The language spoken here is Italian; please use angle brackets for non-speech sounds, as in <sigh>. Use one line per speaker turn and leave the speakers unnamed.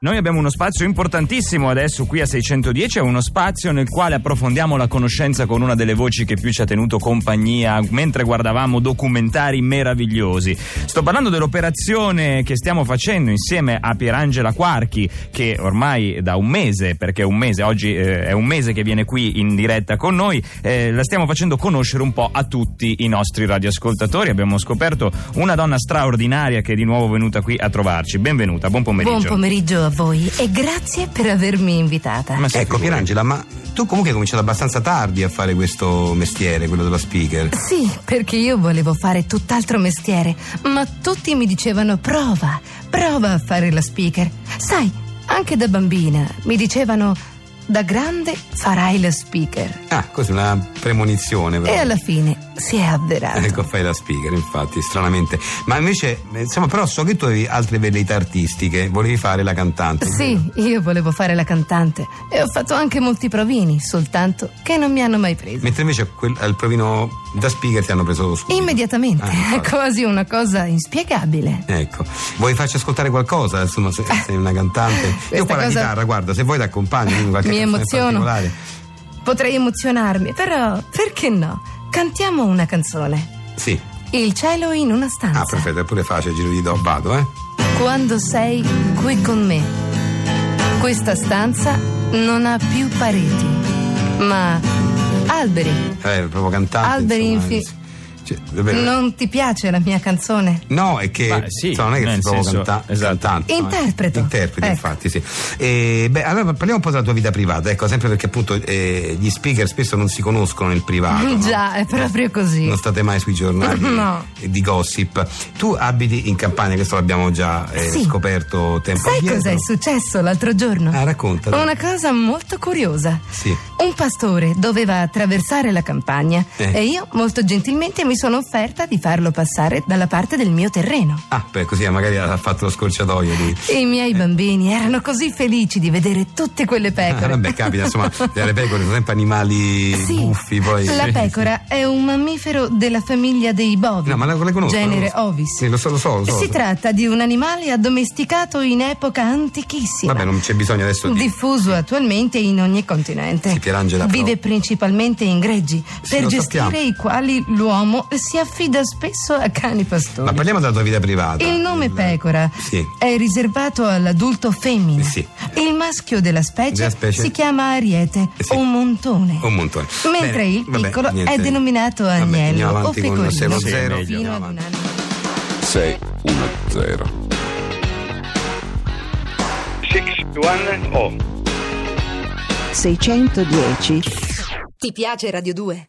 Noi abbiamo uno spazio importantissimo adesso qui a 610, è uno spazio nel quale approfondiamo la conoscenza con una delle voci che più ci ha tenuto compagnia mentre guardavamo documentari meravigliosi. Sto parlando dell'operazione che stiamo facendo insieme a Pierangela Quarchi che ormai da un mese, perché un mese, oggi eh, è un mese che viene qui in diretta con noi, eh, la stiamo facendo conoscere un po' a tutti i nostri radioascoltatori. Abbiamo scoperto una donna straordinaria che è di nuovo venuta qui a trovarci. Benvenuta, buon pomeriggio.
Buon pomeriggio a voi e grazie per avermi invitata.
Ma sei
Ecco,
figura.
Pierangela, ma tu comunque hai cominciato abbastanza tardi a fare questo mestiere, quello della speaker.
Sì, perché io volevo fare tutt'altro mestiere, ma tutti mi dicevano prova, prova a fare la speaker. Sai, anche da bambina mi dicevano da grande farai la speaker.
Ah, così una premonizione però.
E alla fine si è avverato.
Ecco, fai la speaker, infatti, stranamente. Ma invece, eh, insomma, però so che tu avevi altre velleità artistiche, volevi fare la cantante. giusto?
Sì, io volevo fare la cantante e ho fatto anche molti provini, soltanto che non mi hanno mai preso.
Mentre invece quel, al provino da speaker ti hanno preso subito.
Immediatamente, ecco.
Ah, infatti.
quasi una cosa inspiegabile.
Ecco, vuoi farci ascoltare qualcosa? Insomma, se sei
<laughs>
una cantante.
Questa
Io qua la
cosa-
chitarra, guarda, se vuoi ti accompagno. in qualche
Mi
canzone
emoziono.
particolare.
Potrei emozionarmi, però perché no? Cantiamo una canzone.
Sì.
Il cielo in una stanza.
Ah, perfetto, è pure facile, giro di do, vado, eh.
Quando sei qui con me. Questa stanza non ha più pareti, ma alberi.
Eh, proprio cantante.
Alberi
insomma,
infi-
cioè, davvero-
Non ti piace la mia canzone?
No, è che
Ma sì,
insomma, non è che
nel
si provo
senso-
canta-
esatto.
cantante, no?
Interpreto.
Interpreti,
Ecco.
infatti, sì. E, beh, allora parliamo un po' della tua vita privata, ecco, sempre perché appunto eh, gli speaker spesso non si conoscono nel
<laughs>
privato. Ah, no?
Già, è proprio così.
Non state mai sui
<laughs>
giornali
No.
eh, di gossip. Tu abiti in Campania, questo l'abbiamo già eh,
Sì.
scoperto tempo
Sai
addietro.
cos'è successo l'altro giorno?
Ah, raccontalo.
Una cosa molto curiosa.
Sì.
Un pastore doveva attraversare la campagna
Eh.
e io molto gentilmente mi sono offerta di farlo passare dalla parte del mio terreno.
Ah, beh, così eh, magari ha fatto lo scorciatoio lì.
I miei bambini erano così felici di vedere tutte quelle
Eh. Ah,
pecore.
vabbè, capita,
<laughs>
insomma, le pecore sono sempre animali
Sì,
buffi, poi.
la
<laughs>
pecora è un mammifero della famiglia dei bovi,
No, ma la, la conosco.
genere
la conosco.
ovis.
Sì, lo so, lo so. Lo so
Si tratta di un animale addomesticato in epoca antichissima.
Vabbè, non c'è bisogno adesso di.
diffuso attualmente in ogni continente.
Sì, Pierangela, però-
Vive principalmente in greggi,
Sì,
per
lo
gestire
sappiamo.
i quali l'uomo si affida spesso a cani
Ma
pastori.
parliamo della tua vita privata.
Il nome pecora
Sì.
è riservato all'adulto femmina.
Sì.
Il maschio della specie,
Della specie? Eh,
si chiama ariete
Sì.
o montone.
Un montone.
Mentre
Bene,
il
vabbè,
piccolo
niente.
è denominato
Vabbè,
agnello
andiamo
o
avanti con
pecorino.
lo zero,
Sì,
zero.
meglio.
Fino
Andiamo
ad un
avanti.
anno.
610
610
610.
Ti piace Radio 2?